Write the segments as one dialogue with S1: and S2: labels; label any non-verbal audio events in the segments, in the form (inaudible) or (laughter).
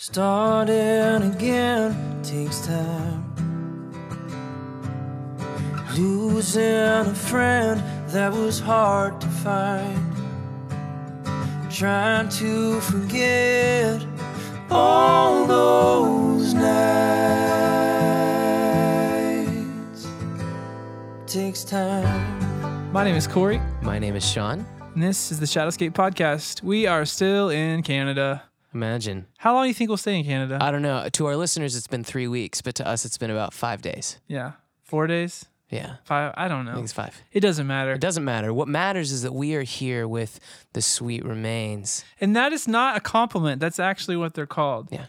S1: Starting again takes time. Losing a friend that was hard to find. Trying to forget all those nights takes time.
S2: My name is Corey,
S3: My name is Sean.
S2: and this is the Shadowscape Podcast. We are still in Canada.
S3: Imagine.
S2: How long do you think we'll stay in Canada?
S3: I don't know. To our listeners, it's been three weeks, but to us, it's been about five days.
S2: yeah, four days,
S3: Yeah.
S2: five. I don't
S3: I
S2: know.
S3: think it's five.
S2: It doesn't matter.
S3: It doesn't matter. What matters is that we are here with the sweet remains.
S2: And that is not a compliment. That's actually what they're called. (laughs)
S3: Yeah.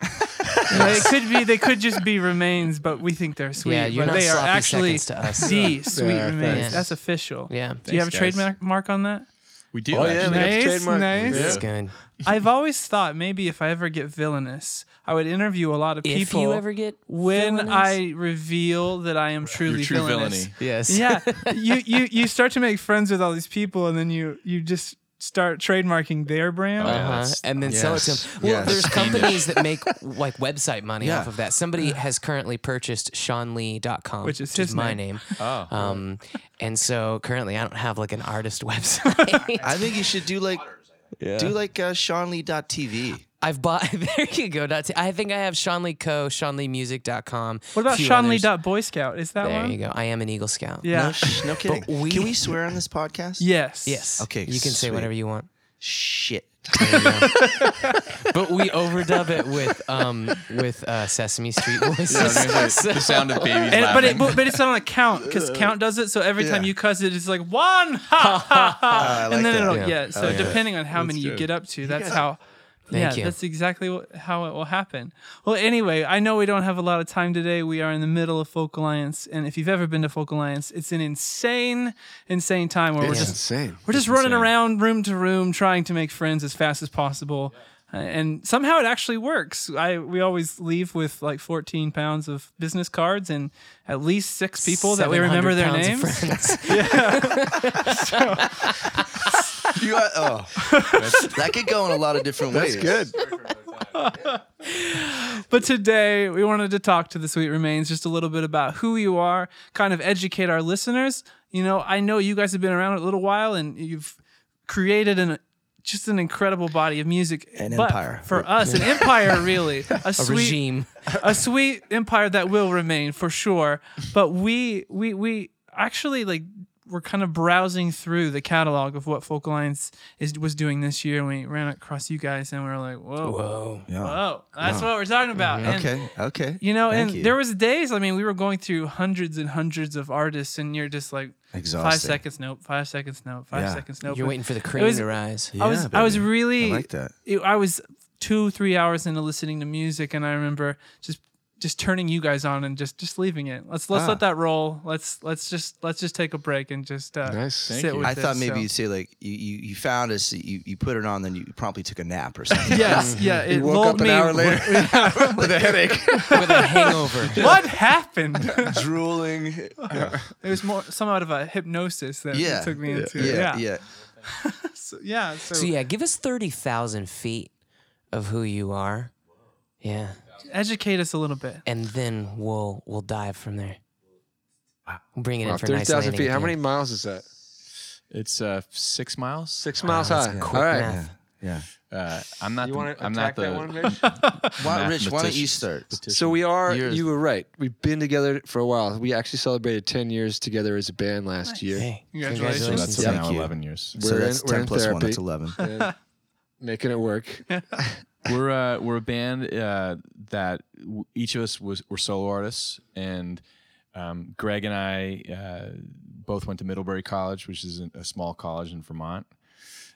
S2: it could be. They could just be remains, but we think they're sweet.
S3: yeah, you're
S2: but
S3: not
S2: they are
S3: sloppy
S2: actually
S3: seconds to us.
S2: the sweet
S4: Yeah,
S2: remains.
S3: thanks.
S2: That's official.
S3: yeah.
S2: Do you have a
S4: Thanks, guys.
S2: trademark mark on that?
S4: We do.
S5: Oh, yeah,
S4: actually.
S5: man.
S2: Nice,
S5: trademark.
S2: nice.
S5: Yeah.
S3: It's good.
S2: I've always thought maybe if I ever get villainous, I would interview a lot of
S3: If
S2: people.
S3: you ever get
S2: when
S3: villainous-
S2: I reveal that I am truly
S4: Your true
S2: villainous.
S4: villainy.
S3: yes,
S2: (laughs) yeah, you, you you start to make friends with all these people, and then you you just start trademarking their brand.
S4: yeah,
S3: Uh-huh.
S4: that's-
S3: And then sell it to
S5: yes,
S3: them. Well,
S5: yes.
S3: there's companies that make like website money
S5: Yeah.
S3: off of that. Somebody has currently purchased SeanLee.com,
S2: Which is his
S3: my
S2: name.
S3: name.
S4: Oh.
S3: Um, and so currently, I don't have like
S2: (laughs)
S3: an artist website.
S5: I think you should do like do like uh, SeanLee.tv.
S3: I've bought. (laughs) There you go. Dot- I think I have Sean Lee Co. SeanLeeMusic.com.
S2: what about
S3: few
S2: Sean Lee
S3: others.
S2: Dot Boy Scout? Is that
S3: There
S2: one?
S3: you go. I am an Eagle Scout.
S2: Yeah.
S5: No, sh- no kidding.
S3: we-
S5: Can we swear on this podcast?
S2: Yes.
S3: Yes.
S5: Okay,
S3: You can say
S5: sweet.
S3: whatever you want.
S5: Shit.
S3: (laughs) But we overdub it with um with uh, Sesame Street voices.
S4: I was (laughs) gonna say, the sound of babies
S2: And, but it
S4: laughing.
S2: but, but it's not on a count
S5: (laughs)
S2: because count does it. So every time
S5: Yeah.
S2: you cuss it, it's like one ha ha ha,
S5: (laughs) I
S2: and
S5: like
S2: then
S5: that.
S2: it'll yeah.
S3: Yeah.
S2: so depending on how many you
S4: good.
S2: get up to, that's
S5: guys-
S2: how. yeah,
S3: Thank you.
S2: that's exactly what, how it will happen. Well, anyway, I know we don't have a lot of time today. We are in the middle of Folk Alliance, and if you've ever been to Folk Alliance, it's an insane, insane time where we're
S3: It's
S2: just
S5: insane.
S2: we're just running around room to room trying to make friends as fast as possible. Uh, And somehow it actually works. I we always leave with like 14 pounds of business cards and at least six people that we remember
S3: 700
S2: their
S3: pounds of
S2: names.
S3: friends.
S2: (laughs)
S5: (laughs) You are, oh, (laughs) that could go in a lot of different ways.
S4: That's good.
S2: But today we wanted to talk to the Sweet Remains just a little bit about who you are, kind of educate our listeners. You know, I know you guys have been around a little while and you've created an just an incredible body of music.
S5: An
S2: But
S5: empire.
S2: For us,
S5: (laughs)
S2: an empire really. A,
S3: A
S2: sweet
S3: regime.
S2: a sweet empire that will remain for sure. But we we we actually like we're kind of browsing through the catalog of what Folk Alliance is was doing this year, and we ran across you guys, and we were like, whoa, whoa,
S3: Whoa.
S2: that's what we're talking about. And,
S5: Mm-hmm. Okay. Okay.
S2: You know,
S5: Thank
S2: and
S5: you.
S2: there was days. I mean, we were going through hundreds and hundreds of artists, and you're just like
S5: Exhausting.
S2: five seconds, nope, five seconds, nope, five
S5: Yeah.
S2: seconds, nope.
S3: You're
S2: And
S3: waiting for the cream
S2: was-
S3: to rise.
S2: I was I was
S5: baby.
S2: really
S5: I like that.
S2: it, I was two, three hours into listening to music, and I remember just just turning you guys on and just just leaving it. Let's let's
S5: Ah.
S2: let that roll. Let's let's just let's just take a break and just uh,
S4: Nice. Thank
S2: sit
S4: you.
S2: with
S5: I thought
S2: it,
S5: maybe
S2: so.
S5: you'd say like you, you, you found us, you, you put it on, then you promptly took a nap or something.
S2: Yes, yeah. It
S5: (laughs) You woke
S2: lulled
S5: up an
S2: me.
S5: hour
S2: (laughs)
S5: later (laughs) with a headache,
S3: With (laughs) a hangover.
S5: (laughs)
S2: What happened? (laughs)
S5: drooling. Yeah.
S2: It was more somewhat of a hypnosis that it
S5: Yeah.
S2: took me into.
S5: Yeah.
S2: Yeah, yeah. So, yeah, so,
S3: (laughs) So yeah, give us thirty thousand feet of who you are. Yeah.
S2: educate us a little bit.
S3: and then we'll we'll dive from there. Wow. Bring it
S4: Wow,
S3: in for a nice
S4: 30,000
S3: landing
S4: feet. How
S3: again.
S4: many miles is that? It's uh, six miles. Six
S3: miles Uh, that's high. quick All right. math.
S5: yeah.
S4: Uh, I'm not.
S6: You
S4: the,
S6: want to
S4: I'm not
S6: attack
S4: the.
S6: that one, Rich?
S5: Why, Rich, why don't you start?
S6: so we are.
S5: You're-
S6: You were right. We've been together for a while. We actually celebrated 10 years together as a band last year.
S3: Hey,
S2: Congratulations.
S4: So that's
S5: Yeah.
S4: now
S5: Thank you.
S4: 11 years.
S5: So
S6: We're
S5: that's
S6: in- we're
S5: 10
S6: in
S5: plus 1, that's
S6: therapy.
S2: (laughs)
S5: 11.
S6: and making it work.
S4: we're uh, we're a band uh, that w- each of us was were solo artists, and um, Greg and I uh, both went to Middlebury College, which is a small college in Vermont,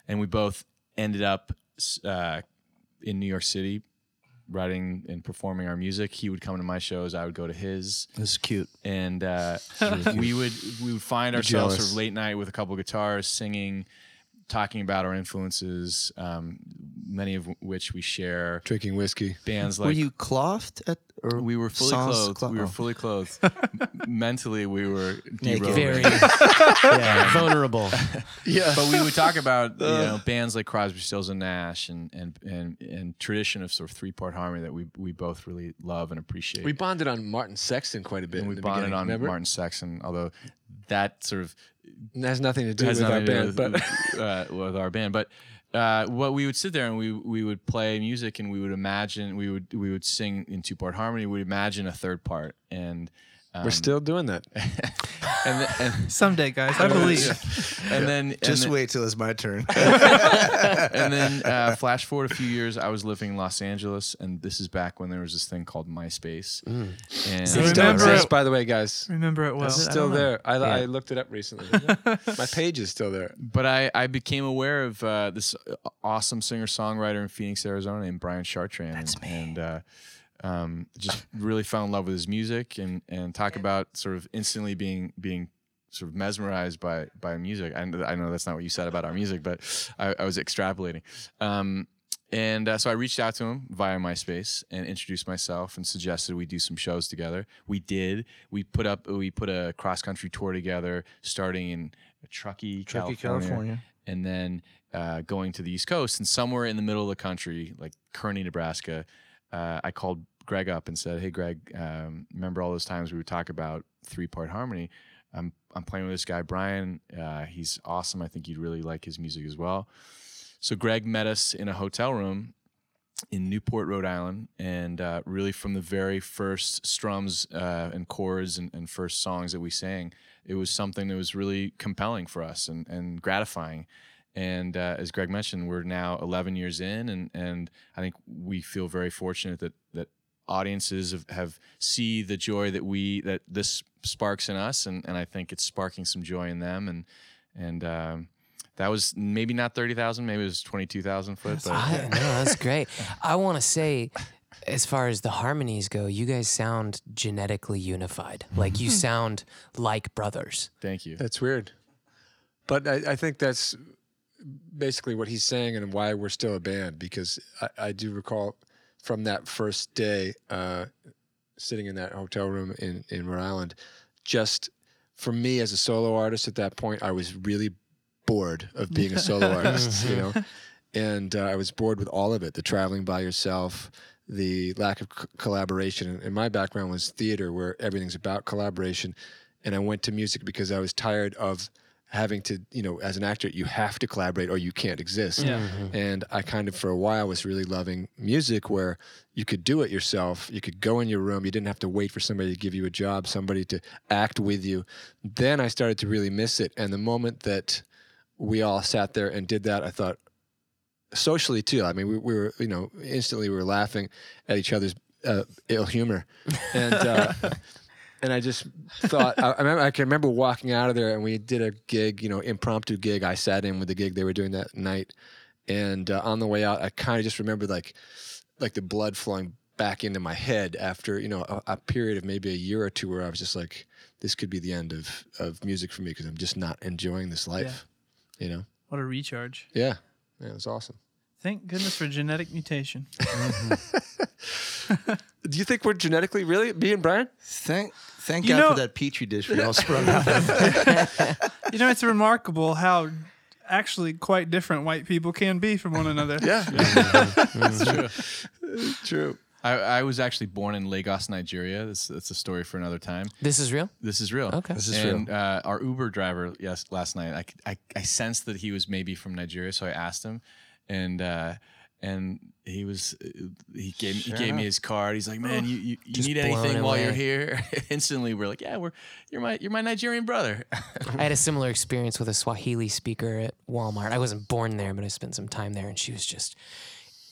S4: and we both ended up s- uh, in New York City, writing and performing our music. He would come to my shows, I would go to his
S5: That's cute.
S4: and uh, we would we would find ourselves sort
S6: jealous.
S4: of late night with a couple guitars singing talking about our influences, um, many of which we share.
S6: Drinking whiskey.
S4: Bands like
S5: were you clothed at? Or
S4: we were fully
S5: sans
S4: clothed.
S5: clo-
S4: we were
S5: oh.
S4: fully clothed.
S6: (laughs)
S4: Mentally, we were
S5: Naked.
S4: derobed.
S3: Very yeah, vulnerable.
S6: Yeah.
S4: but we would talk
S6: (laughs)
S4: about you know bands like Crosby, Stills, and Nash, and and and and tradition of sort of three part harmony that we we both really love and appreciate.
S6: We bonded on Martin Sexton quite a bit.
S4: and we
S6: in the
S4: bonded
S6: beginning,
S4: on
S6: remember?
S4: Martin Sexton, although that sort of
S6: It has nothing to do
S4: has
S6: with our
S4: nothing to do
S6: band, but
S4: with, uh, with our band. But uh, what we would sit there and we we would play music and we would imagine we would we would sing in two part harmony. We would imagine a third part, and um,
S6: (laughs) we're still doing that.
S4: and th- and,
S2: Someday, guys, I believe.
S4: and then
S5: Just
S4: and then,
S5: wait till it's my (laughs) turn.
S4: and then uh, flash forward a few years, I was living in Los Angeles, and this is back when there was this thing called MySpace. And
S2: So
S6: Still
S2: remember-
S6: exists, by the way, guys.
S2: Remember it well.
S6: It's
S2: I
S6: still
S2: don't know.
S6: there. I, I looked it up recently.
S2: (laughs)
S6: My page is still there.
S4: but I, I became aware of uh, this awesome singer songwriter in Phoenix, Arizona, named Brian Chartrand. That's me. And uh, um, just really fell in love with his music and and talk about sort of instantly being being sort of mesmerized by by music. I, I know that's not what you said about our music, but I, I was extrapolating. Um, and uh, so I reached out to him via MySpace and introduced myself and suggested we do some shows together. We did. We put up we put a cross country tour together, starting in Truckee, California, and then uh, going to the East Coast and somewhere in the middle of the country, like Kearney, Nebraska. Uh, I called Greg up and said, "Hey, Greg, um, remember all those times we would talk about three part harmony? I'm I'm playing with this guy Brian. Uh, he's awesome. I think you'd really like his music as well." So Greg met us in a hotel room in Newport, Rhode Island, and uh, really from the very first strums uh, and chords and, and first songs that we sang, it was something that was really compelling for us and, and gratifying. And uh, as Greg mentioned, we're now 11 years in, and, and I think we feel very fortunate that that audiences have, have see the joy that we that this sparks in us, and, and I think it's sparking some joy in them, and and um, that was maybe not 30,000, maybe it was 22,000 foot, but
S3: I, no, that's great. I want to say, as far as the harmonies go, you guys sound genetically unified. Like
S5: Hmm.
S3: you sound like brothers.
S4: thank you.
S6: That's weird. But I, I think that's basically what he's saying and why we're still a band because I, I do recall from that first day uh, sitting in that hotel room in, in Rhode Island, just for me as a solo artist at that point, I was really bored of being a solo artist, you know? And uh, I was bored with all of it the traveling by yourself, the lack of c- collaboration. And, and my background was theater, where everything's about collaboration. And I went to music because I was tired of having to, you know, as an actor, you have to collaborate or you can't exist.
S2: Yeah.
S6: And I kind of, for a while, was really loving music where you could do it yourself. You could go in your room. You didn't have to wait for somebody to give you a job, somebody to act with you. Then I started to really miss it. And the moment that we all sat there and did that, I thought, socially too. I mean, we, we were, you know, instantly we were laughing at each other's uh, ill humor, and uh, and I just thought I, I, remember, I can remember walking out of there, and we did a gig, you know, impromptu gig. I sat in with the gig they were doing that night, and uh, on the way out, I kind of just remembered like like the blood flowing back into my head after you know a, a period of maybe a year or two where I was just like, this could be the end of of music for me because I'm just not enjoying this life, you know?
S2: What a recharge.
S6: Yeah, yeah, it was awesome.
S2: Thank goodness for genetic mutation.
S6: Do you think we're genetically really me and Brian?
S5: thank thank
S2: You
S5: God
S2: know-
S5: for that petri dish we
S2: (laughs)
S5: all sprung out of.
S2: You know, it's remarkable how actually quite different white people can be from one another.
S6: Yeah, true.
S4: I, I was actually born in Lagos, Nigeria. That's, that's a story for another time.
S3: This is real.
S4: This is real.
S3: Okay.
S4: This
S6: is
S4: and, real. Uh, our Uber driver, yes, last night, I, c- I, I sensed that he was maybe from Nigeria, so I asked him, and uh, and he was uh, he gave he gave me his card. He's like, man, you, you, you
S3: Just
S4: need
S3: blown
S4: anything while you're
S3: away.
S4: here? (laughs) Instantly, we're like, yeah, we're you're my you're my Nigerian brother. (laughs)
S3: I had a similar experience with a Swahili speaker at Walmart. I wasn't born there, but I spent some time there, and she was just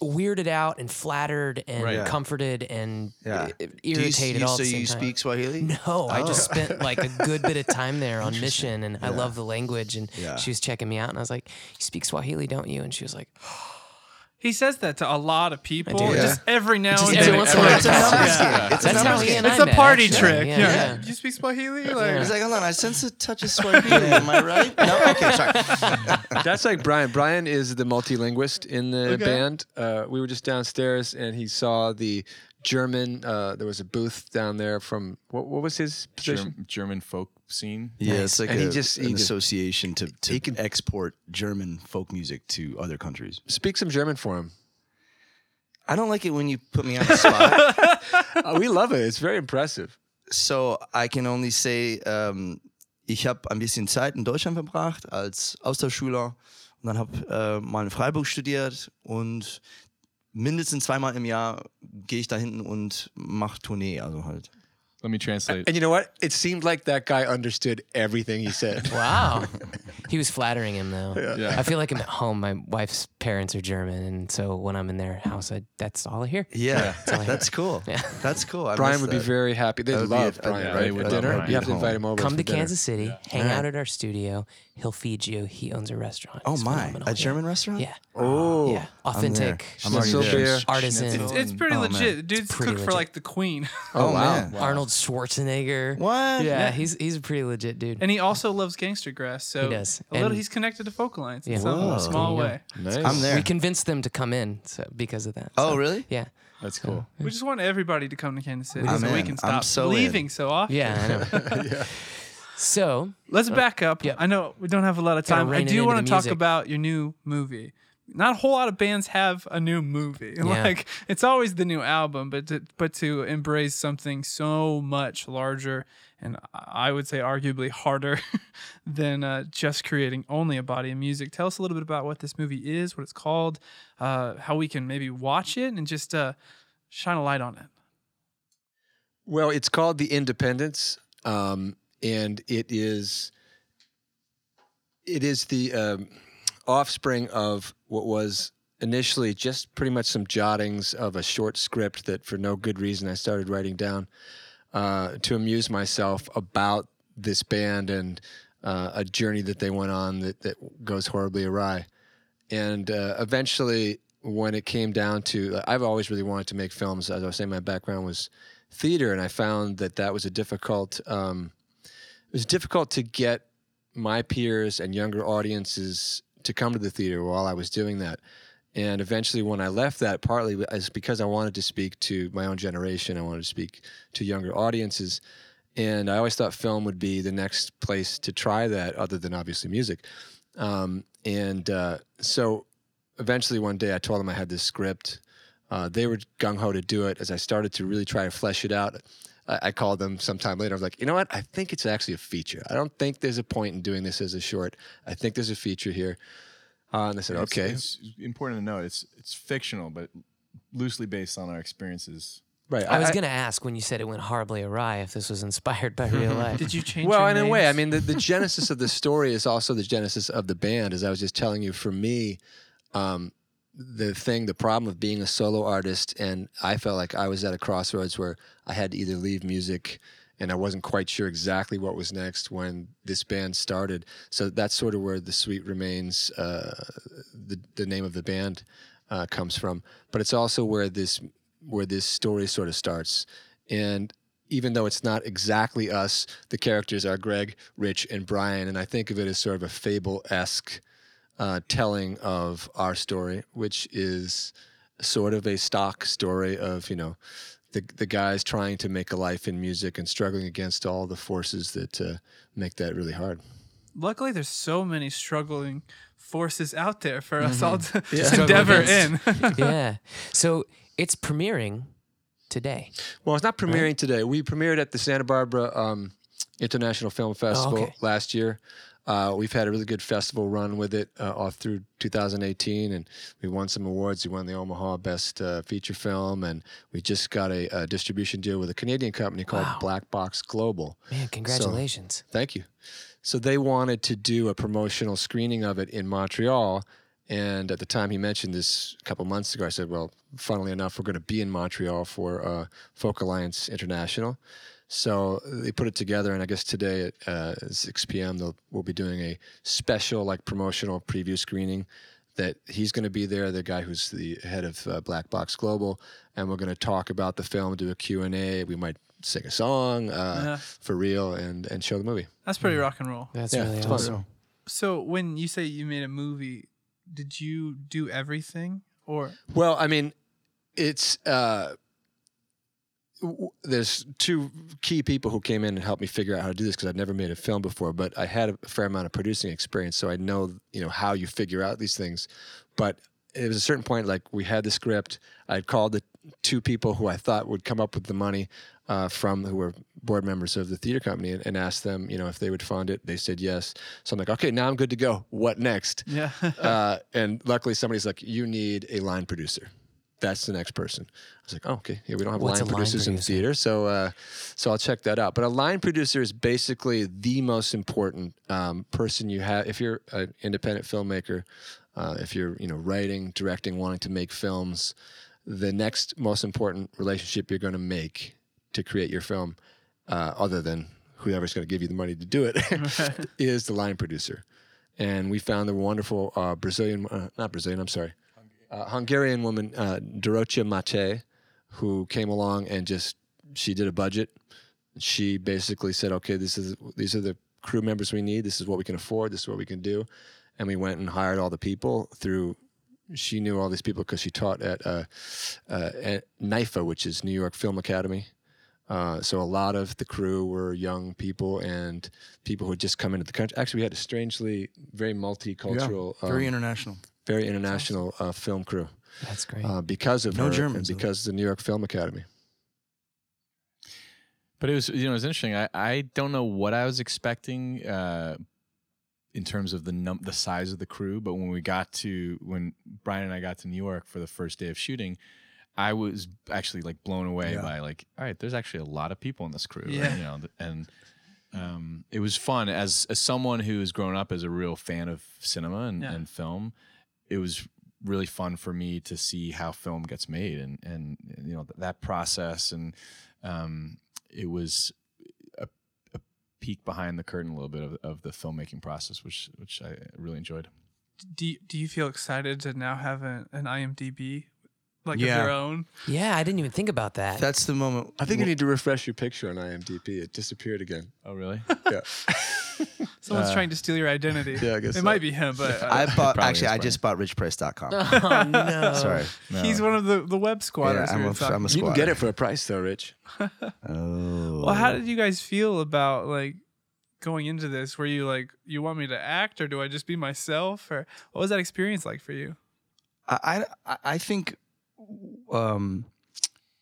S3: weirded out and flattered and
S4: Right. Yeah.
S3: comforted and
S5: Yeah.
S3: i- irritated
S5: Do you, you,
S3: all at
S5: so
S3: the same
S5: you
S3: time.
S5: speak Swahili?
S3: No, I just
S5: Oh.
S3: spent like a good bit of time there on mission, and I love the language. And
S5: Yeah.
S3: she was checking me out, and I was like, "You speak Swahili, don't you?" And she was like,
S2: He says that to a lot of people.
S3: do.
S6: Yeah.
S2: Just every now
S3: Just
S2: and
S3: every
S2: then.
S3: once in a while.
S5: It's a numbers
S2: Yeah.
S5: game. It's a
S3: That's how
S5: numbers
S3: he
S5: game.
S3: and I
S2: It's a
S3: met,
S2: party
S3: actually.
S2: trick. Yeah.
S3: yeah.
S2: Do you speak Swahili? Like,
S5: He's like, hold on, I sense a touch (laughs) of Swahili. Am I right? No, okay, sorry.
S6: That's like Brian. Brian is the multilinguist in the
S2: Okay.
S6: band. Uh, we were just downstairs and he saw the German. Uh, there was a booth down there from what, what was his position?
S4: Germ- German folk scene.
S5: (laughs) Yeah, it's like
S6: And he
S5: a-
S6: just- he
S5: an
S6: just-
S5: association to, to export German folk music to other countries.
S6: Speak some German for him.
S5: I don't like it when you put me on (laughs) the spot,
S6: Uh, we love it. It's very impressive.
S5: so I can only say, ähm, ich habe ein bisschen Zeit in Deutschland verbracht als Austauschschüler und dann habe äh, mal in Freiburg studiert und mindestens zweimal im Jahr gehe ich da hinten und mache Tournee, also halt.
S4: Let me translate.
S6: And you know what? It seemed like that guy understood everything he said.
S3: Wow. he was flattering him though.
S4: Yeah.
S3: I feel like I'm at home. My wife's parents are German, and so when I'm in their house, I, that's all I hear. (laughs)
S5: Yeah, that's cool. That's cool. I
S6: Brian
S5: miss
S6: would be
S5: that.
S6: very happy. They
S5: That would be
S6: love
S5: it.
S6: Brian,
S5: Yeah,
S4: they
S6: right?
S4: would
S6: At
S4: love
S6: dinner,
S4: Brian.
S6: you have to invite him over.
S3: Come
S6: for
S3: to
S6: dinner.
S3: Kansas City, hang
S5: Yeah.
S3: out at our studio. He'll feed you. He owns a restaurant.
S5: Oh
S3: It's
S5: my,
S3: phenomenal.
S5: a
S3: Yeah.
S5: German restaurant?
S3: Yeah.
S6: Oh,
S3: yeah.
S5: I'm there.
S3: Authentic.
S5: I'm already
S6: Schnitzel
S5: there.
S6: beer.
S3: Artisan.
S4: Schnitzel.
S2: It's pretty
S5: Oh, man.
S2: legit. Dude's
S3: pretty
S2: cooked for
S3: legit.
S2: like the queen. (laughs)
S6: Oh,
S5: Oh,
S6: wow.
S5: man.
S3: Arnold Schwarzenegger.
S5: What?
S2: Yeah.
S3: Yeah, he's he's a pretty legit dude.
S2: And he also loves gangster grass. So
S3: He does.
S2: a little
S3: And-
S2: he's connected to folk lines in
S3: Yeah.
S2: some
S5: Whoa.
S2: small
S3: There you
S2: way.
S6: Nice.
S5: I'm there.
S3: We convinced them to come in so, because of that.
S5: Oh,
S3: so,
S5: really?
S3: Yeah.
S4: That's cool.
S2: We just want everybody to come to Kansas City
S5: I'm
S2: so we
S5: in.
S2: can
S5: I'm
S2: stop
S5: so in.
S2: leaving so often.
S3: Yeah, I know. So,
S2: Let's back up.
S3: yeah.
S2: I know we don't have a lot of
S3: Gotta
S2: time. I
S3: rein it
S2: do
S3: into
S2: want
S3: the
S2: to talk
S3: music.
S2: about your new movie. Not a whole lot of bands have a new movie. (laughs) Like it's always the new album, but to, but to embrace something so much larger and I would say arguably harder (laughs) than uh, just creating only a body of music. Tell us a little bit about what this movie is, what it's called, uh, how we can maybe watch it, and just uh, shine a light on it.
S6: Well, it's called The Independence, um, and it is it is the um, offspring of what was initially just pretty much some jottings of a short script that, for no good reason, I started writing down uh, to amuse myself about this band and uh, a journey that they went on that, that goes horribly awry. And uh, eventually, when it came down to, I've always really wanted to make films. As I was saying, my background was theater, and I found that that was a difficult. Um, it was difficult to get my peers and younger audiences to come to the theater while I was doing that. And eventually, when I left that, partly is because I wanted to speak to my own generation. I wanted to speak to younger audiences, and I always thought film would be the next place to try that, other than obviously music. Um, and uh, so, eventually, one day, I told them I had this script. Uh, they were gung ho to do it. As I started to really try to flesh it out, I, I called them sometime later. I was like, you know what? I think it's actually a feature. I don't think there's a point in doing this as a short. I think there's a feature here. Uh, and they said,
S4: It's-
S6: okay.
S4: It's, important to note it's it's fictional, but loosely based on our experiences.
S6: Right.
S3: I was going to ask when you said it went horribly awry if this was inspired by real life.
S2: Did you change?
S6: well,
S2: your
S6: in a way, I
S2: names?
S6: mean, the,
S2: (laughs)
S6: the genesis of the story is also the genesis of the band. As I was just telling you, for me, um, the thing, the problem of being a solo artist, and I felt like I was at a crossroads where I had to either leave music, and I wasn't quite sure exactly what was next when this band started. So that's sort of where the Sweet Remains, uh, the the name of the band, uh, comes from. But it's also where this where this story sort of starts, and even though it's not exactly us, the characters are Greg, Rich, and Brian, and I think of it as sort of a fable esque uh, telling of our story, which is sort of a stock story of you know the the guys trying to make a life in music and struggling against all the forces that uh, make that really hard.
S2: luckily there's so many struggling forces out there for us all to, to
S3: Struggle
S2: endeavor in (laughs)
S3: against. yeah. So, it's premiering today.
S6: Well, it's not premiering today. We premiered at the Santa Barbara um, International Film Festival
S3: Oh, okay.
S6: last year. Uh, we've had a really good festival run with it uh, off through 2018, and we won some awards. We won the Omaha Best uh, Feature Film, and we just got a, a distribution deal with a Canadian company called
S3: Wow.
S6: Black Box Global.
S3: Man, congratulations.
S6: Thank you. So they wanted to do a promotional screening of it in Montreal. And at the time he mentioned this a couple months ago, I said, well, funnily enough, we're going to be in Montreal for uh, Folk Alliance International. So they put it together, and I guess today at uh, 6 p.m., they'll, we'll be doing a special, like, promotional preview screening that he's going to be there, the guy who's the head of uh, Black Box Global, and we're going to talk about the film, do a Q&A. We might sing a song uh,
S2: Yeah.
S6: for real and, and show the movie.
S2: That's pretty rock and roll.
S3: That's
S6: Yeah,
S3: really
S6: it's
S3: awesome.
S2: So when you say you made a movie, did you do everything or
S6: Well, I mean, it's uh, w- there's two key people who came in and helped me figure out how to do this because I'd never made a film before, but I had a fair amount of producing experience, so I know you know how you figure out these things. But it was a certain point, like we had the script. I'd called the two people who I thought would come up with the money uh, from who were board members of the theater company and, and asked them, you know, if they would fund it. They said yes. So I'm like, okay, now I'm good to go. What next?
S2: yeah?
S6: uh, and luckily somebody's like, you need a line producer. That's the next person. I was like, oh, okay. Yeah, we don't have
S3: What's
S6: line
S3: a line
S6: producers in
S3: producer?
S6: theater, so uh, so I'll check that out. But a line producer is basically the most important um, person you have if you're an independent filmmaker. Uh, if you're you know writing, directing, wanting to make films, the next most important relationship you're going to make to create your film, uh, other than whoever's going to give you the money
S3: (laughs)
S6: to do it, is the line producer. And we found the wonderful uh, Brazilian, uh, not Brazilian, I'm sorry, uh, Hungarian woman uh, Dorocha Mate, who came along and just she did a budget. She basically said, "Okay, this is these are the crew members we need. This is what we can afford. This is what we can do." And we went and hired all the people through. She knew all these people because she taught at uh, uh, at NIFA, which is New York Film Academy. Uh, so a lot of the crew were young people and people who had just come into the country. Actually, we had a strangely very multicultural, um,
S5: Very international.
S6: very international uh, film crew
S3: That's great.
S6: uh, because of
S5: No
S6: her
S5: Germans, though.
S6: and because of the New York Film Academy.
S4: But it was you know it was interesting. I, I don't know what I was expecting uh, in terms of the num- the size of the crew, but when we got to when Brian and I got to New York for the first day of shooting, I was actually like blown away
S5: Yeah.
S4: by like all right, there's actually a lot of people in this crew,
S2: Yeah.
S4: right? you know, th- and um, it was fun as as someone who has grown up as a real fan of cinema and,
S2: Yeah.
S4: and film. It was really fun for me to see how film gets made and and you know th- that process and um, it was a, a peek behind the curtain a little bit of, of the filmmaking process, which which I really enjoyed.
S2: Do you, do you feel excited to now have an, an IMDb like
S5: Yeah.
S2: of your own?
S3: yeah, I didn't even think about that.
S5: That's the moment.
S6: I think you need to refresh your picture on IMDb. It disappeared again.
S4: Oh, really?
S6: Yeah,
S2: Someone's trying to steal your identity.
S6: yeah, I guess
S2: it
S6: so.
S2: might be him, but uh, (laughs)
S5: I bought
S4: Probably
S5: actually.
S4: is
S5: I
S4: Brian.
S5: just
S3: (laughs)
S5: bought richpress.com.
S3: oh no.
S5: Sorry.
S2: he's one of the the web
S5: Yeah,
S2: squatters. we
S5: I'm
S2: were
S5: a,
S2: talking
S5: I'm a
S6: you can
S5: squatter.
S6: get it for a price though, Rich.
S5: Oh.
S2: Well, how did you guys feel about like going into this? Were you like, you want me to act, or do I just be myself, or what was that experience like for you?
S5: I I, I think um,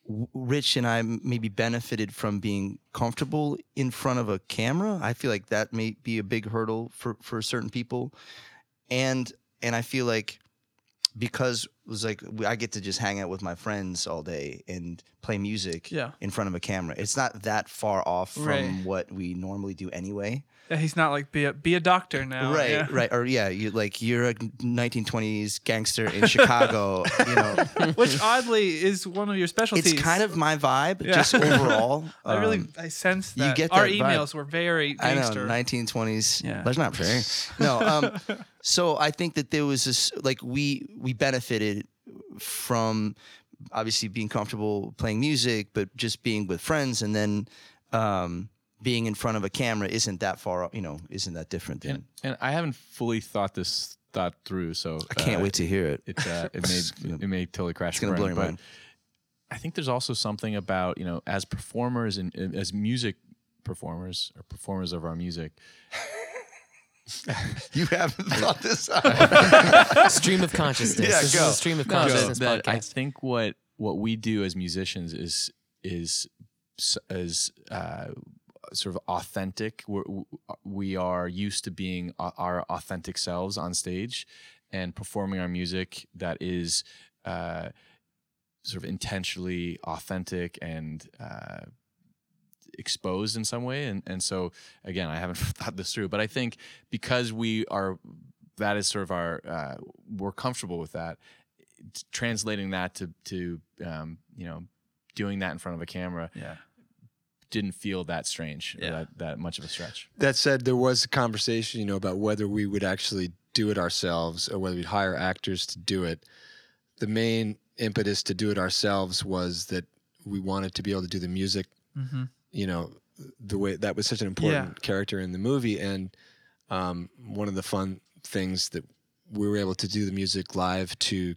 S5: w- Rich and I maybe benefited from being comfortable in front of a camera. I feel like that may be a big hurdle for for certain people, and and I feel like because it was like I get to just hang out with my friends all day and play music
S2: Yeah.
S5: in front of a camera. It's not that far off from
S2: Right.
S5: what we normally do anyway.
S2: Yeah, he's not like be a be a doctor now,
S5: Right,
S2: yeah.
S5: right, or yeah, you like you're a 1920s gangster in
S2: (laughs)
S5: Chicago, you know. (laughs)
S2: Which oddly is one of your specialties.
S5: It's kind of my vibe,
S2: Yeah.
S5: just overall.
S2: (laughs) I really
S5: Um,
S2: I sense
S5: you
S2: that
S5: get
S2: our
S5: that vibe.
S2: emails were very
S5: I know,
S2: gangster.
S5: 1920s.
S2: Yeah.
S5: That's not very. No.
S2: (laughs)
S5: Um, so I think that there was this, like, we we benefited from obviously being comfortable playing music, but just being with friends, and then um, being in front of a camera isn't that far, you know, isn't that different than.
S4: And, and I haven't fully thought this thought through, so
S5: I can't wait to hear it.
S4: It uh,
S5: (laughs)
S4: it may it may totally crash.
S5: It's gonna blow
S4: burn,
S5: your
S4: but
S5: mind.
S4: I think there's also something about you know as performers and and as music performers or performers of our music.
S5: You (laughs) haven't thought this out.
S3: stream of consciousnness.
S5: Yeah,
S3: this
S5: go.
S3: is a stream of
S4: No, that-
S3: consciousness
S4: that I
S3: podcast.
S4: think what what we do as musicians is is s- is uh, sort of authentic. We're, we are used to being o- our authentic selves on stage and performing our music that is uh, sort of intentionally authentic and. Uh, exposed in some way and and so again i haven't (laughs) thought this through but i think because we are that is sort of our uh, we're comfortable with that t- translating that to to um, you know doing that in front of a camera
S2: yeah.
S4: didn't feel that strange or
S5: Yeah.
S4: that, that much of a stretch.
S6: That said, there was a conversation, you know, about whether we would actually do it ourselves or whether we'd hire actors to do it. The main impetus to do it ourselves was that we wanted to be able to do the music,
S2: Mm-hmm.
S6: you know, the way that was such an important character in the movie. And um, one of the fun things that we were able to do the music live to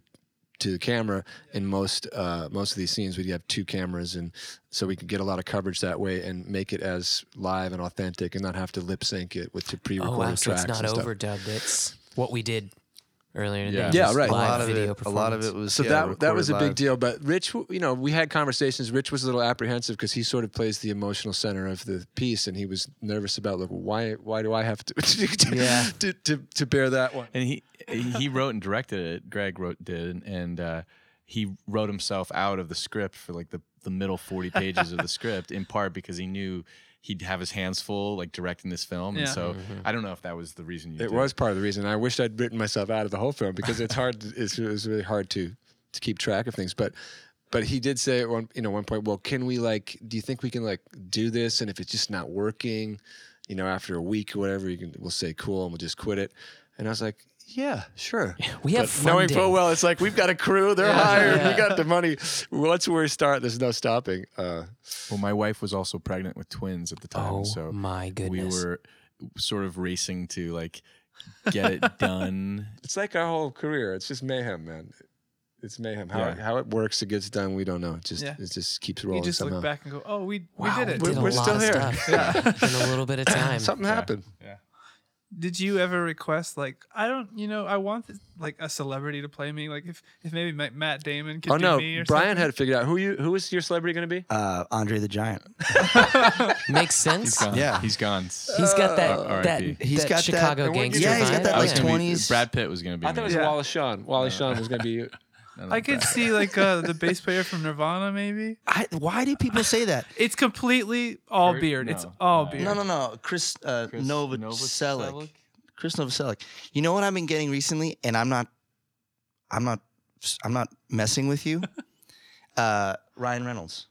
S6: to the camera in most uh, most of these scenes we'd have two cameras and so we could get a lot of coverage that way and make it as live and authentic and not have to lip sync it with the pre-recorded
S3: Oh, wow. So
S6: tracks
S3: it's not
S6: and stuff.
S3: overdubbed. It's what we did earlier today.
S4: Yeah.
S3: just
S6: Yeah, right. A
S5: a
S3: live
S5: lot of
S3: video
S5: it, a lot of
S3: performance.
S5: it was
S6: so
S5: yeah,
S6: that that was a
S5: recorded
S6: big
S5: live.
S6: deal but rich you know we had conversations rich was a little apprehensive because he sort of plays the emotional center of the piece and he was nervous about like why why do i have to (laughs) to,
S3: Yeah.
S6: to, to, to bear that one
S4: And he he wrote and directed it. Greg wrote did and uh, he wrote himself out of the script for like the the middle forty pages of (laughs) the script in part because he knew he'd have his hands full like directing this film. And
S2: Yeah.
S4: so I don't know if that was the reason you.
S6: Mm-hmm. It
S4: did
S6: was part of the reason. I wished I'd written myself out of the whole film because it's hard. (laughs) It's, it was really hard to to keep track of things. But but he did say at one you know one point, well, can we like? Do you think we can like do this? And if it's just not working, you know, after a week or whatever, you can we'll say cool and we'll just quit it. And I was like. Yeah, sure.
S3: (laughs) We have
S6: But knowing full
S3: funding.
S6: well, it's like we've got a crew. They're hired. We got the money. Well, Let's where we start. There's no stopping. Uh,
S4: Well, my wife was also pregnant with twins at the time,
S3: Oh
S4: so
S3: my
S4: we
S3: goodness.
S4: were sort of racing to like get
S3: (laughs)
S4: it done.
S6: it's like our whole career. It's just mayhem, man. It's mayhem. How,
S4: Yeah.
S6: how it works, it gets done. We don't know. It just
S2: Yeah.
S6: it just keeps
S2: You
S6: rolling
S2: just
S6: somehow.
S2: look back and go, oh, we,
S3: wow,
S2: we did it.
S3: did a
S6: We're
S3: lot
S6: still
S3: of
S6: here.
S3: stuff in a little bit
S1: (laughs)
S3: of time.
S6: Something happened.
S2: Did you ever request like I don't you know I want this, like a celebrity to play me like if if maybe Ma- Matt Damon could
S6: Oh
S2: do
S6: no,
S2: me or
S6: Brian had it figured out. Who you? Who is your celebrity going to be?
S5: Uh, Andre the Giant.
S3: Makes sense.
S4: Gone.
S5: Yeah.
S4: he's gone.
S3: He's got that
S4: Uh,
S3: that,
S4: R.I.P..
S5: He's
S3: that
S5: got that-
S3: Chicago
S6: and what-
S3: gangster
S5: yeah, he's got
S3: vibe.
S5: that,
S4: I
S5: like,
S4: was gonna be-
S5: 20s.
S4: Brad Pitt was gonna be. me.
S2: Yeah.
S6: Wallace Shawn. Wallace Shawn was going (laughs) to be. you.
S2: I could see like uh,
S5: (laughs)
S2: the bass player from Nirvana maybe.
S5: I, why do people say that?
S2: It's completely all
S4: Kurt?
S2: beard. It's
S4: No.
S2: all
S4: No.
S2: beard.
S5: (laughs) No, no, no. Chris, uh,
S4: Chris
S5: Novoselic.
S4: Novoselic?
S5: Chris Novoselic. You know what I've been getting recently, and I'm not, I'm not, I'm not messing with (laughs) you. uh, Ryan Reynolds.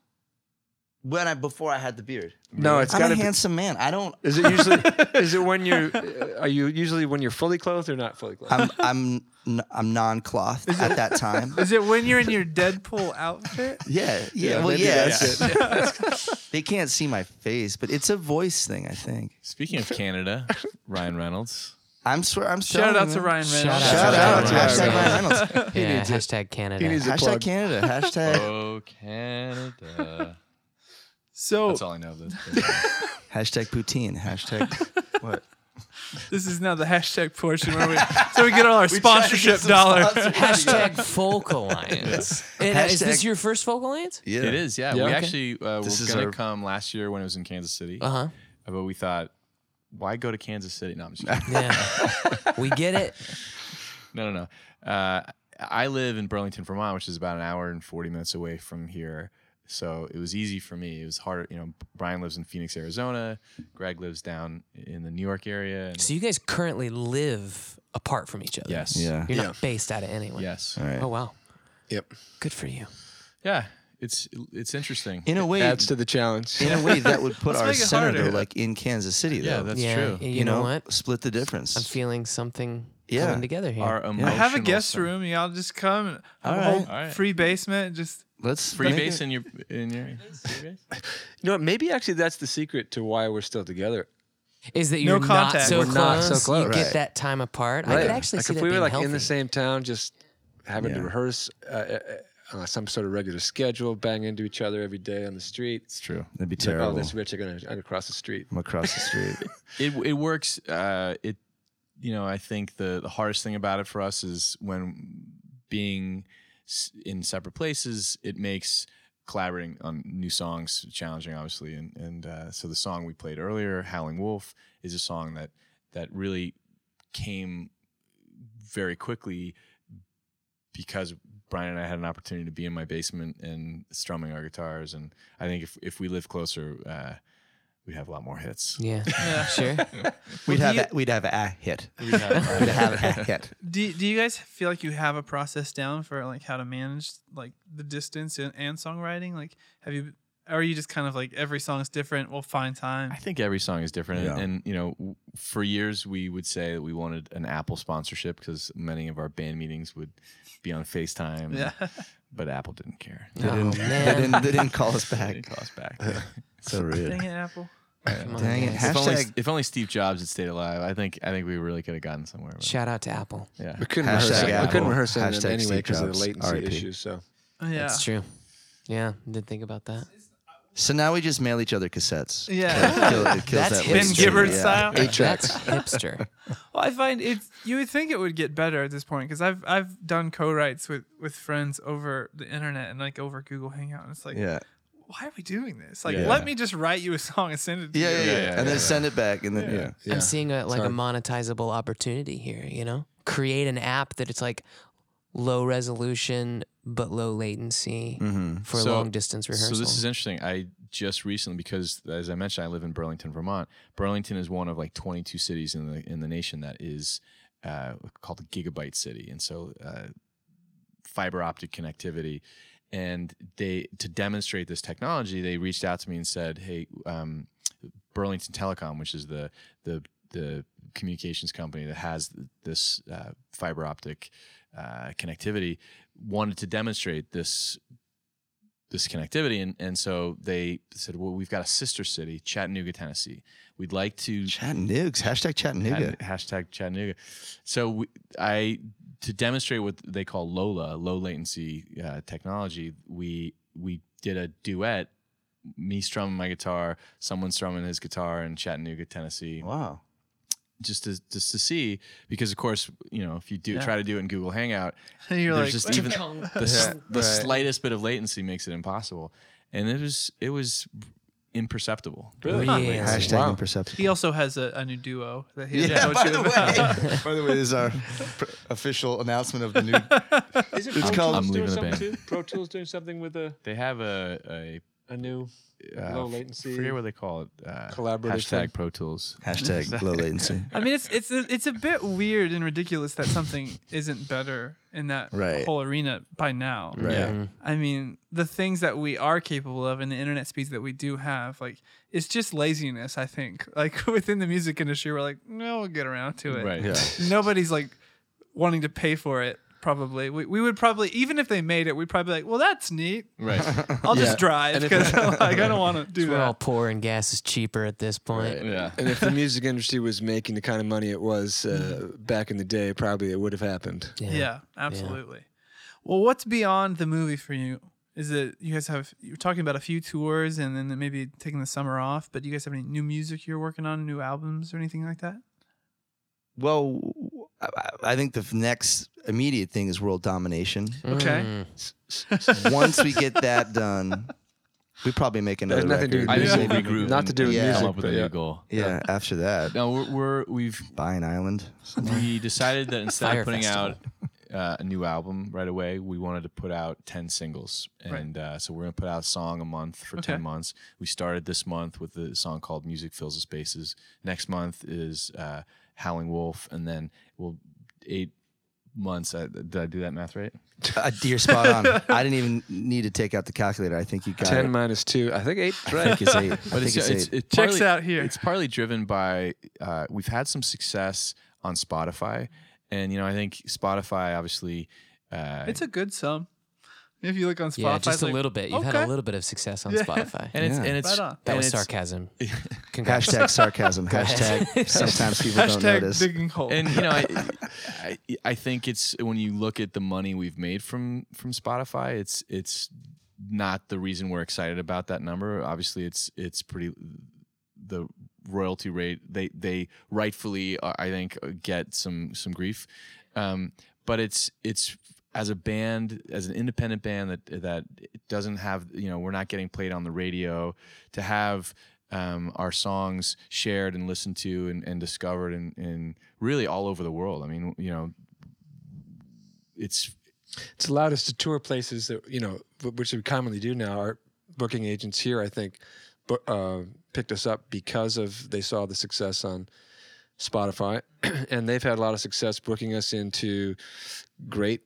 S5: When I before I had the beard,
S6: No, it's
S5: I'm
S6: got
S5: a
S6: to be.
S5: handsome man. I don't.
S6: Is
S5: (laughs)
S6: it usually? is it when you're? uh, Are you usually when you're fully clothed or not fully clothed?
S5: I'm I'm n- I'm non-clothed at that
S6: (laughs)
S5: time.
S2: Is it when you're in your Deadpool
S5: (laughs)
S2: outfit?
S5: Yeah, yeah. well,
S6: maybe
S5: yeah.
S6: that's
S5: it's- they can't see my face, but it's a voice thing. I think.
S4: Speaking of Canada, Ryan Reynolds.
S5: I'm swear. I'm.
S2: Shout
S5: telling
S2: out
S5: you,
S2: to
S5: man.
S2: Ryan Reynolds.
S3: Shout
S5: Shout out.
S4: Ryan
S5: Hashtag Ryan
S3: Reynolds.
S5: Reynolds.
S3: Yeah, hashtag Canada.
S6: needs it. He's a
S5: Hashtag
S6: plug.
S5: Canada. Hashtag.
S4: Oh Canada.
S2: So
S4: That's all I know. Of
S5: Hashtag poutine. Hashtag what?
S2: this is now the hashtag portion (laughs) where we so we get all our sponsorship dollar. (laughs)
S3: Hashtag folk alliance. And, uh, is this
S5: Hashtag-
S3: your first folk alliance?
S5: Yeah.
S4: It is, yeah.
S6: Yeah.
S4: we
S6: Okay.
S4: actually uh,
S5: This
S4: were
S5: is
S4: gonna
S5: our-
S4: come last year when it was in Kansas City,
S3: Uh huh.
S4: but we thought, why go to Kansas City? No, I'm just kidding.
S3: Yeah. we get it.
S4: no, no, no. Uh, I live in Burlington, Vermont, which is about an hour and 40 minutes away from here. So it was easy for me. It was harder, you know. Brian lives in Phoenix, Arizona. Greg lives down in the New York area. And
S3: So you guys currently live apart from each other.
S4: yes,
S5: Yeah.
S3: You're not based out of anyone.
S4: yes,
S3: Oh wow.
S6: Yep.
S3: Good for you.
S4: yeah. It's it's interesting.
S5: In a way,
S6: Adds to the challenge.
S5: in a way that would put
S2: Let's
S5: our
S2: make it
S5: senator
S2: harder.
S5: like in Kansas City, though.
S4: yeah, that's
S3: yeah.
S4: true.
S3: y- You, know, what?
S5: Split the difference.
S3: I'm feeling something
S5: Yeah.
S3: coming together here.
S4: Our
S2: I have a
S4: emotional
S2: guest
S4: stuff.
S2: room. Y'all just come. and have a
S5: All
S2: whole
S5: right.
S4: All right.
S2: free basement. Just
S5: Let's
S4: Free
S5: make
S4: base
S5: it-
S4: in your in your.
S6: You know what? Maybe actually that's the secret to why we're still together.
S3: is that
S2: No
S3: you're not
S2: contact.
S3: so,
S2: We're
S3: close,
S6: not so
S3: You
S6: close.
S3: get
S6: Right.
S3: that time apart. I could actually
S6: like
S3: see
S6: if
S3: that
S6: we were
S3: being
S6: like
S3: healthy.
S6: in the same town, just having to
S5: Yeah.
S6: rehearse uh, uh, uh, on some sort of regular schedule, bang into each other every day on the street.
S4: It's true.
S5: That'd be
S6: It's like, oh,
S5: terrible.
S6: this rich are gonna, are gonna cross the street.
S5: I'm across the street.
S4: It it works. Uh, it you know I think the the hardest thing about it for us is when being s- in separate places, it makes collaborating on new songs challenging, obviously. And and uh, so the song we played earlier, "Howling Wolf," is a song that that really came very quickly because Brian and I had an opportunity to be in my basement and strumming our guitars. And I think if if we lived closer, uh, we'd have a lot more hits.
S3: yeah. Sure.
S2: Well,
S5: we'd have
S2: do
S5: a, we'd have a hit.
S4: We'd have-
S5: We'd have a hit.
S2: do. Do you guys feel like you have a process down for like how to manage like the distance and, and songwriting? Like, have you Or are you just kind of like every song is different? We'll find time.
S4: I think every song is different, and,
S5: Yeah.
S4: and, you know, w- for years we would say that we wanted an Apple sponsorship because many of our band meetings would be on Facetime. and-
S2: (laughs)
S4: (laughs)
S2: Yeah.
S4: but Apple didn't care.
S5: They,
S3: Oh,
S5: didn't, they,
S3: man.
S5: didn't, (laughs) they didn't call
S4: (laughs)
S5: us
S4: They
S5: back.
S4: didn't call us back.
S5: (laughs) So
S2: Dang
S5: rude.
S2: it, Apple.
S3: Come on,
S5: Dang it.
S3: guys.
S4: if, only,
S5: Hashtag,
S4: if only Steve Jobs had stayed alive, I think I think we really could have gotten somewhere. But,
S3: Shout out to Apple.
S4: yeah,
S6: (laughs) We couldn't
S5: Hashtag
S6: rehearse. that. We couldn't
S5: Apple.
S6: rehearse that
S5: Hashtag
S6: anyway
S5: Steve
S6: because of the
S5: Jobs,
S6: latency
S5: RIP.
S6: issues. So
S2: Oh, Yeah.
S3: That's true. Yeah, didn't think about that.
S5: so now we just mail each other cassettes.
S2: Yeah.
S5: Kill- it kills
S3: That's
S5: that
S3: Ben
S5: list.
S2: Gibbard
S5: Yeah.
S2: style.
S6: eight tracks.
S3: That's hipster.
S2: Well, I find it. You would think it would get better at this point because I've I've done co-writes with with friends over the internet and like over Google Hangout, and it's like,
S5: Yeah.
S2: why are we doing this? Like,
S4: Yeah.
S2: let me just write you a song and send it to
S5: Yeah, yeah,
S2: you.
S5: yeah.
S4: yeah, yeah,
S5: and then
S4: yeah.
S5: send it back, and then yeah.
S6: Yeah.
S3: I'm seeing a, like a
S6: Sorry.
S3: monetizable opportunity here. You know, create an app that it's like low resolution but low latency
S5: Mm. Mm-hmm.
S3: for
S4: So-
S3: long distance rehearsal.
S4: So this is interesting. I just recently, because as I mentioned, I live in Burlington, Vermont. Burlington is one of like 22 cities in the in the nation that is uh, called a gigabyte city, and so uh, fiber optic connectivity. And they to demonstrate this technology, they reached out to me and said, "Hey, um, Burlington Telecom, which is the the the communications company that has this uh, fiber optic uh, connectivity, wanted to demonstrate this this connectivity and, and so they said well we've got a sister city chattanooga tennessee we'd like to
S5: Chattanooga. Hashtag Chattanooga.
S4: Chatt- hashtag chattanooga so we, i to demonstrate what they call lola low latency uh, technology we we did a duet me strumming my guitar someone strumming his guitar in chattanooga tennessee
S5: Wow.
S4: just to just to see because of course you know if you do
S2: Yeah.
S4: try to do it in google hangout
S2: And you're
S4: there's
S2: like,
S4: just even the, s-
S6: (laughs) Yeah.
S4: the
S6: Right.
S4: slightest bit of latency makes it impossible and it was it was imperceptible
S3: Really? Yeah.
S5: Hashtag
S6: Wow.
S5: imperceptible.
S2: he also has a, a new duo that he has
S5: Yeah,
S2: told
S5: by
S2: you
S5: the
S2: about.
S5: way, by the way, this is our pr- official announcement of the new.
S6: Isn't
S5: It's Pro called- Tools
S4: I'm doing leaving the something band.
S6: Pro Tools doing something with a,
S4: they have a,
S6: a new
S4: a uh,
S6: Low latency.
S4: I forget what they call it uh,
S6: Collaborative
S4: hashtag
S6: thing.
S4: pro tools
S5: (laughs) Hashtag low latency.
S2: (laughs) I mean, it's it's a, it's a bit weird and ridiculous that something isn't better in that
S5: Right.
S2: whole arena by now.
S5: Right. Mm-hmm.
S2: I mean, the things that we are capable of and the internet speeds that we do have, like it's just laziness. I think, like (laughs) within the music industry, we're like, no, we'll get around to it.
S4: right
S5: Yeah.
S2: Nobody's like wanting to pay for it. Probably, we, we would probably even if they made it, we'd probably be like, well, that's neat.
S6: (laughs)
S4: right
S2: I'll
S6: Yeah.
S2: just drive
S6: And if-
S2: because (laughs) like I don't want to do
S3: we're all
S2: that.
S3: poor and gas is cheaper at this point.
S4: yeah
S6: And
S5: (laughs)
S6: if the music industry was making the kind of money it was uh,
S5: Mm-hmm.
S6: back in the day, probably it would have happened.
S2: Yeah, absolutely. Well, what's beyond the movie for you? Is it you guys have you're talking about a few tours and then maybe taking the summer off? But do you guys have any new music you're working on, new albums or anything like that?
S5: Well, I, I think the next immediate thing is world domination.
S2: Okay.
S3: Mm.
S5: (laughs) Once we get that done, we probably make another
S6: There's nothing to do
S5: record.
S6: with
S4: I
S6: music.
S4: think we'll regroup
S6: Not to do
S4: and
S6: with
S5: Yeah.
S6: music,
S4: come up with
S6: but
S4: a
S6: yeah.
S4: new goal
S5: (laughs) yeah, after that,
S4: no we're, we're we've
S5: buy an island.
S4: we decided that instead
S3: Fire
S4: of putting
S3: Festival.
S4: out uh, a new album right away, we wanted to put out 10 singles.
S2: Right.
S4: And uh, so we're going to put out a song a month for
S2: Okay.
S4: 10 months. We started this month with a song called Music Fills the Spaces. Next month is uh, Howling Wolf. And then we'll, eight months. I, did I do that math right?
S5: Uh, you're spot on. I didn't even need to take out the calculator. I think you got
S6: Ten
S5: it.
S6: minus two, I think eight.
S5: I think it's eight. I think it's, eight.
S4: it's
S2: Checks
S4: partly-
S2: out here.
S4: It's partly driven by uh, we've had some success on Spotify, and you know I think Spotify obviously uh,
S2: It's a good sum. If you look on Spotify,
S3: Yeah, just
S2: it's
S3: a
S2: like,
S3: little bit. You've had
S2: okay.
S3: a little bit of success on
S2: Yeah.
S3: Spotify.
S4: and it's
S5: Yeah.
S4: and it's
S2: Right on.
S3: that
S4: and
S3: was
S4: it's-
S3: sarcasm. Congrats.
S5: Hashtag sarcasm.
S3: ahead.
S5: (laughs) Hashtag (laughs) sometimes people don't
S2: hashtag
S5: notice.
S2: digging hole.
S4: and you know, I, I I think it's when you look at the money we've made from from Spotify, it's it's not the reason we're excited about that number. Obviously, it's it's pretty the royalty rate. They they rightfully uh, I think uh, get some some grief, um, but it's it's as a band as an independent band that that doesn't have you know we're not getting played on the radio to have um, our songs shared and listened to and, and discovered and, and really all over the world. I mean, you know, it's
S6: it's allowed us to tour places that you know wh- which we commonly do now our booking agents here i think bu- uh, picked us up because of they saw the success on spotify (clears throat) and they've had a lot of success booking us into great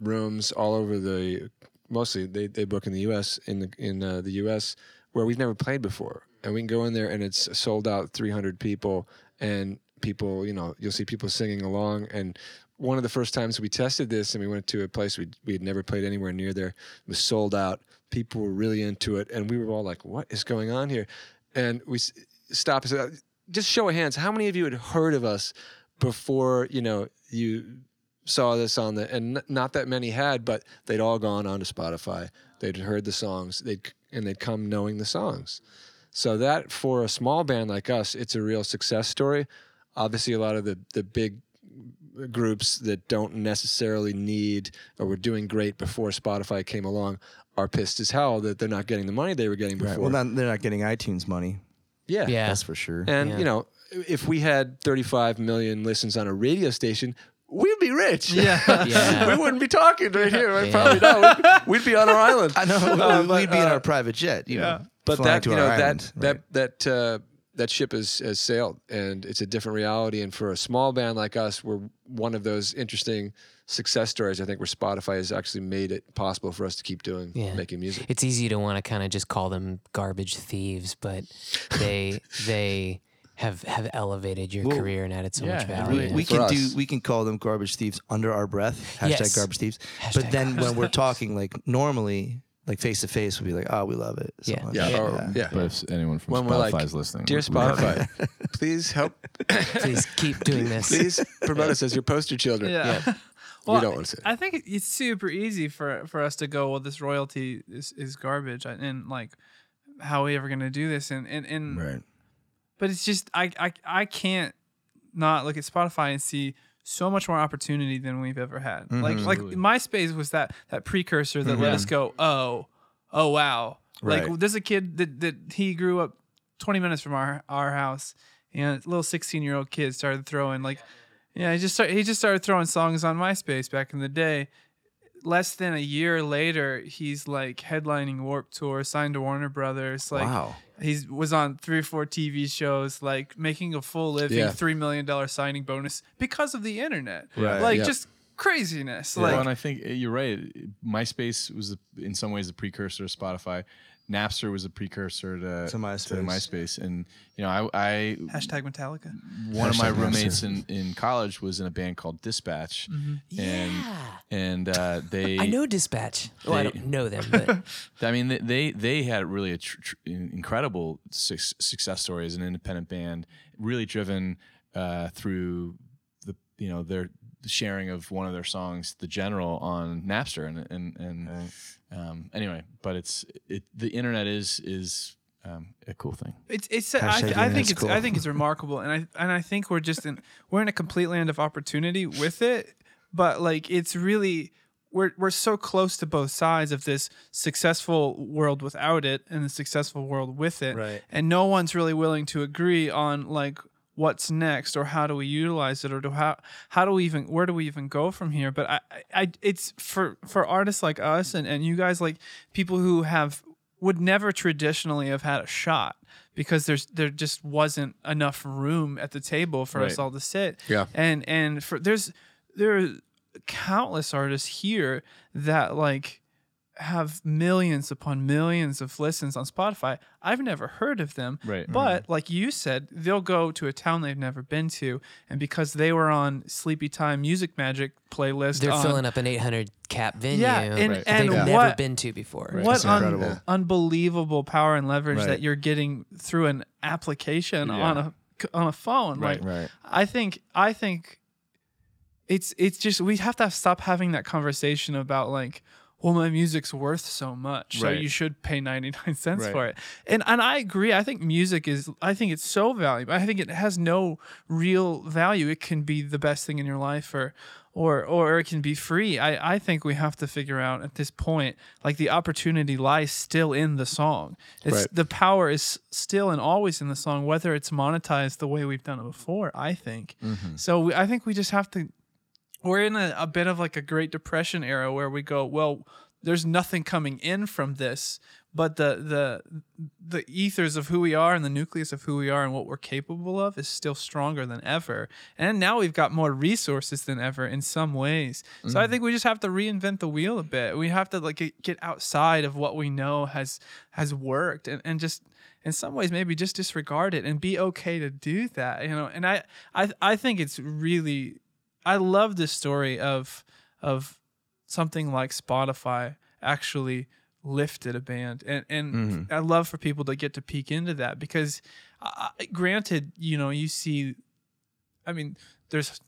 S6: rooms all over the mostly they, they book in the U.S. in the in uh, the U.S. where we've never played before, and we can go in there and it's sold out 300 people, and people you know you'll see people singing along and. One of the first times we tested this, and we went to a place we we had never played anywhere near there. It was sold out. People were really into it, and we were all like, "What is going on here?" And we s- stopped and said, "Just show of hands, how many of you had heard of us before you know you saw this on the and n- not that many had but they'd all gone onto spotify they'd heard the songs they'd c- and they'd come knowing the songs so that for a small band like us it's a real success story obviously a lot of the the big groups that don't necessarily need or were doing great before spotify came along are pissed as hell that they're not getting the money they were getting before
S5: Well, not, they're not getting iTunes money.
S6: yeah
S3: (laughs) Yeah.
S5: That's for sure.
S6: and
S3: Yeah.
S6: you know, if we had 35 million listens on a radio station, we'd be
S5: (laughs)
S6: rich. (laughs)
S2: Yeah.
S3: Yeah.
S6: we wouldn't be talking right here. Right?
S3: Yeah.
S6: Probably not. We'd, we'd be on our island.
S5: (laughs) I know.
S6: Uh, but,
S5: we'd be in
S6: uh,
S5: our private jet.
S2: yeah.
S5: You Know,
S6: But
S5: flying
S6: that
S5: to
S6: you
S5: our
S6: know
S5: island,
S6: that
S5: right.
S6: that that uh, that ship has has sailed, and it's a different reality. And for a small band like us, we're one of those interesting success stories. I think where Spotify has actually made it possible for us to keep doing
S3: Yeah.
S6: making music.
S3: It's easy to want to kind of just call them garbage thieves, but they they have have elevated your
S5: Well,
S3: career and added so much
S4: yeah, it
S3: value.
S5: we,
S4: really
S5: we
S6: For
S5: can do.
S6: us.
S5: We can call them garbage thieves under our breath. Hashtag
S3: Yes.
S5: garbage thieves.
S3: Hashtag
S5: but then
S3: garbage
S5: when we're talking like normally, like face to face, we'll be like, oh, we love it.
S3: Yeah.
S5: Something like
S6: Yeah,
S5: that.
S6: or- yeah.
S4: But if anyone from
S6: When we're
S4: Spotify's
S6: like,
S4: listening,
S6: Dear
S4: we love you.
S6: Spotify, please help.
S3: Please keep doing this.
S6: Please promote us as your poster children.
S2: Yeah. (laughs)
S6: We
S2: Well,
S6: don't want to say.
S2: I think it's super easy for for us to go. Well, this royalty is, is garbage, and, and like, how are we ever gonna do this? And and, and
S5: Right.
S2: but it's just I, I I can't not look at Spotify and see so much more opportunity than we've ever had. Like
S4: Absolutely.
S2: like MySpace was that that precursor that let us go, oh, oh wow. Like
S5: Right.
S2: there's a kid that, that he grew up 20 minutes from our our house and a little 16 year old kid started throwing like yeah, he just started he just started throwing songs on MySpace back in the day. Less than a year later, he's like headlining Warp Tour, signed to Warner Brothers, like
S5: wow.
S2: he was on three or four TV shows, like making a full living,
S6: Yeah.
S2: three million dollar signing bonus because of the internet.
S5: Right,
S2: Like
S6: yeah.
S2: just craziness.
S4: well,
S2: Like
S4: and I think uh, you're right. MySpace was the, in some ways the precursor to Spotify. Napster was the precursor to,
S5: To MySpace.
S4: MySpace. and you know, I, I
S2: hashtag Metallica.
S4: one of my roommates in, in college was in a band called Dispatch, and
S3: yeah.
S4: and uh, they
S3: I know Dispatch. Well, I
S4: they-
S3: don't know them, but
S4: I mean, they they, they had really a tr- tr- in- incredible su- success story as an independent band, really driven uh, through the you know their sharing of one of their songs, "The General," on Napster, and and and um, anyway, but it's it the internet is is um, a cool thing.
S2: It's it's I, I
S5: Hashtag yeah,
S2: think
S5: that's
S2: it's
S5: cool.
S2: I think it's remarkable, and I and I think we're just in we're in a complete land of opportunity with it, but like it's really we're we're so close to both sides of this successful world without it and the successful world with it,
S5: Right.
S2: and no one's really willing to agree on like what's next or how do we utilize it or do how how do we even where do we even go from here but i i I- it's for for artists like us and and you guys like people who have would never traditionally have had a shot because there's there just wasn't enough room at the table for us
S4: Right.
S2: all to sit
S6: Yeah.
S2: and and for there's there are countless artists here that like have millions upon millions of listens on Spotify. I've never heard of them.
S4: Right.
S2: But like you said, they'll go to a town they've never been to, and because they were on Sleepy Time Music Magic playlist,
S3: they're
S2: on-
S3: filling up an 800 cap venue
S2: Yeah, and-
S3: that
S2: and
S3: they've
S2: Yeah.
S3: never
S2: what-
S3: been to before.
S2: What un-
S5: incredible.
S2: unbelievable power and leverage
S5: Right.
S2: that you're getting through an application
S4: Yeah.
S2: on a on a phone.
S4: Right,
S2: like,
S4: (laughs) right.
S2: I think I think it's it's just we have to stop having that conversation about like, well, my music's worth so much, so
S4: Right.
S2: you should pay ninety nine cents
S4: Right.
S2: for it. And and I agree. I think music is. I think it's so valuable. I think it has no real value. It can be the best thing in your life, or or or it can be free. I I think we have to figure out at this point, like the opportunity lies still in the song. It's
S6: Right.
S2: the power is still and always in the song, whether it's monetized the way we've done it before. I think.
S4: Mm-hmm.
S2: So we, I think we just have to we're in a, a bit of like a great depression era where we go well there's nothing coming in from this but the the the ethers of who we are and the nucleus of who we are and what we're capable of is still stronger than ever. And now we've got more resources than ever in some ways. So I think we just have to reinvent the wheel a bit. We have to like get- get outside of what we know has has worked and, and just in some ways maybe just disregard it and be okay to do that. You know, and I I I think it's really I love this story of of something like Spotify actually lifted a band, and and I love for people to get to peek into that because, uh, granted, you know, you see, I mean, there's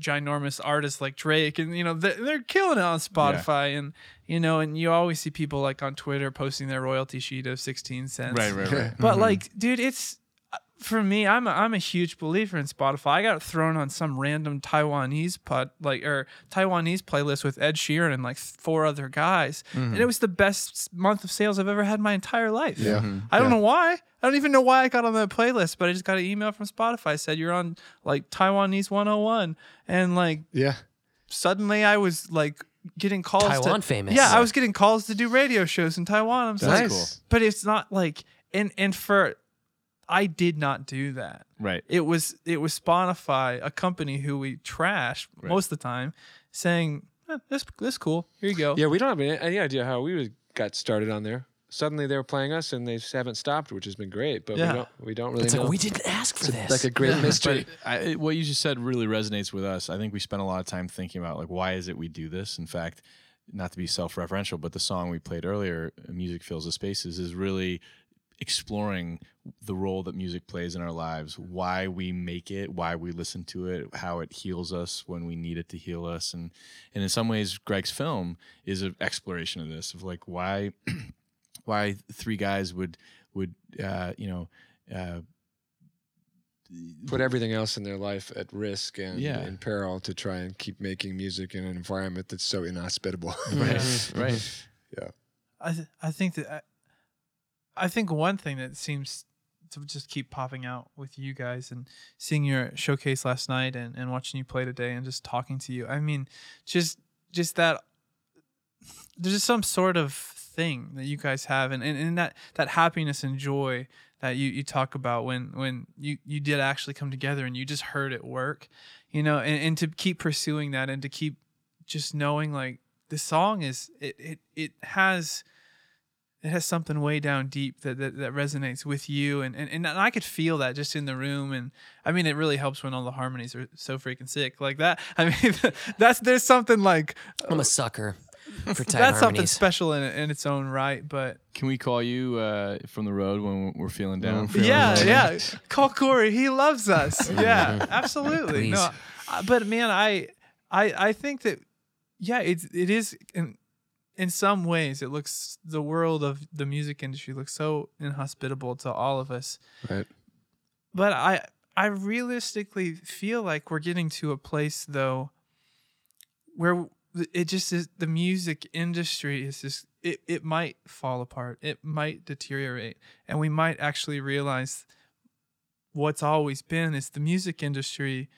S2: ginormous artists like Drake, and you know they're, they're killing it on Spotify, and you know, and you always see people like on Twitter posting their royalty sheet of sixteen cents,
S4: Right, Mm-hmm. right, right.
S2: but like, dude, it's uh, for me. I'm a, I'm a huge believer in Spotify. I got thrown on some random Taiwanese put like or Taiwanese playlist with Ed Sheeran and like four other guys,
S4: Mm-hmm.
S2: and it was the best month of sales I've ever had in my entire life.
S6: Yeah.
S4: Mm-hmm.
S6: Mhm.
S2: I don't know why. I don't even know why I got on that playlist, but I just got an email from Spotify said you're on like Taiwanese 101, and like
S6: Yeah.
S2: suddenly I was like getting calls
S3: Taiwan
S2: to,
S3: famous.
S2: Yeah, I was getting calls to do radio shows in Taiwan. I'm like,
S4: That's
S6: Nice.
S2: but it's not like and and for I did not do that.
S4: cool. (laughs) Right.
S2: It was it was Spotify, a company who we trash most of the time, saying eh, this this cool. Here you go.
S6: Yeah, we don't have any, any idea how we was- got started on there. Suddenly they were playing us and they haven't stopped, which has been great. But
S2: Yeah.
S6: we don't we don't really
S3: It's
S6: know.
S3: like we didn't ask for this.
S6: like a great mystery.
S4: But I, it- what you just said really resonates with us. I think we spent a lot of time thinking about like why is it we do this. In fact, not to be self-referential, but the song we played earlier, "Music Fills the Spaces," is really exploring the role that music plays in our lives, why we make it, why we listen to it, how it heals us when we need it to heal us, and and in some ways, Greg's film is an exploration of this of like why (clears throat) why three guys would would uh, you know. Uh,
S6: Put everything else in their life at risk and
S4: Yeah.
S6: in peril to try and keep making music in an environment that's so inhospitable. (laughs)
S4: right.
S2: I th- I think that I, I think one thing that seems to just keep popping out with you guys and seeing your showcase last night and, and watching you play today and just talking to you. I mean, just just that there's just some sort of thing that you guys have and, and, and that that happiness and joy that you, you talk about when when you, you did actually come together and you just heard it work. You know, and, and to keep pursuing that and to keep just knowing like the song is it it, it has it has something way down deep that, that, that resonates with you and, and and I could feel that just in the room and I mean it really helps when all the harmonies are so freaking sick like that (laughs) I mean that's there's something like
S3: I'm a sucker for tight
S2: that's something
S3: harmonies.
S2: special in in its own right but
S4: Can we call you uh, from the road when we're feeling down?
S2: yeah yeah call Corey he loves us yeah absolutely no
S3: Please.
S2: I- but man I I I think that yeah it's it is in in some ways it looks the world of the music industry looks so inhospitable to all of us
S6: right.
S2: but I I realistically feel like we're getting to a place though where it just is the music industry is just it, it might fall apart it might deteriorate and we might actually realize what's always been is the music industry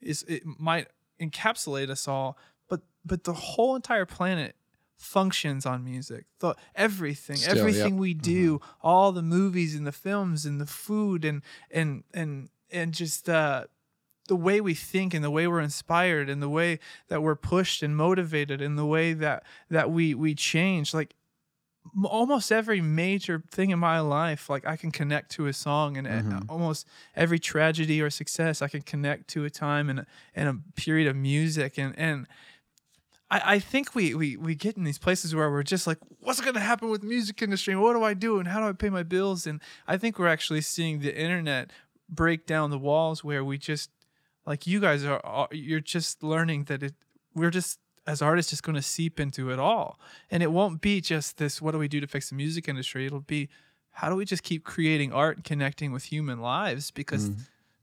S2: is it might encapsulate us all but but the whole entire planet functions on music the, everything
S6: Still,
S2: everything
S6: yep. Mm-hmm.
S2: we do all the movies and the films and the food and and and and just uh the way we think and the way we're inspired and the way that we're pushed and motivated and the way that that we we change like m- almost every major thing in my life like i can connect to a song and uh, almost every tragedy or success i can connect to a time and, a- and a period of music and and I, I think we, we we get in these places where we're just like, what's gonna happen with the music industry? What do I do? And how do I pay my bills? And I think we're actually seeing the internet break down the walls where we just like you guys are, are you're just learning that it we're just as artists just going to seep into it all and it won't be just this what do we do to fix the music industry it'll be how do we just keep creating art and connecting with human lives because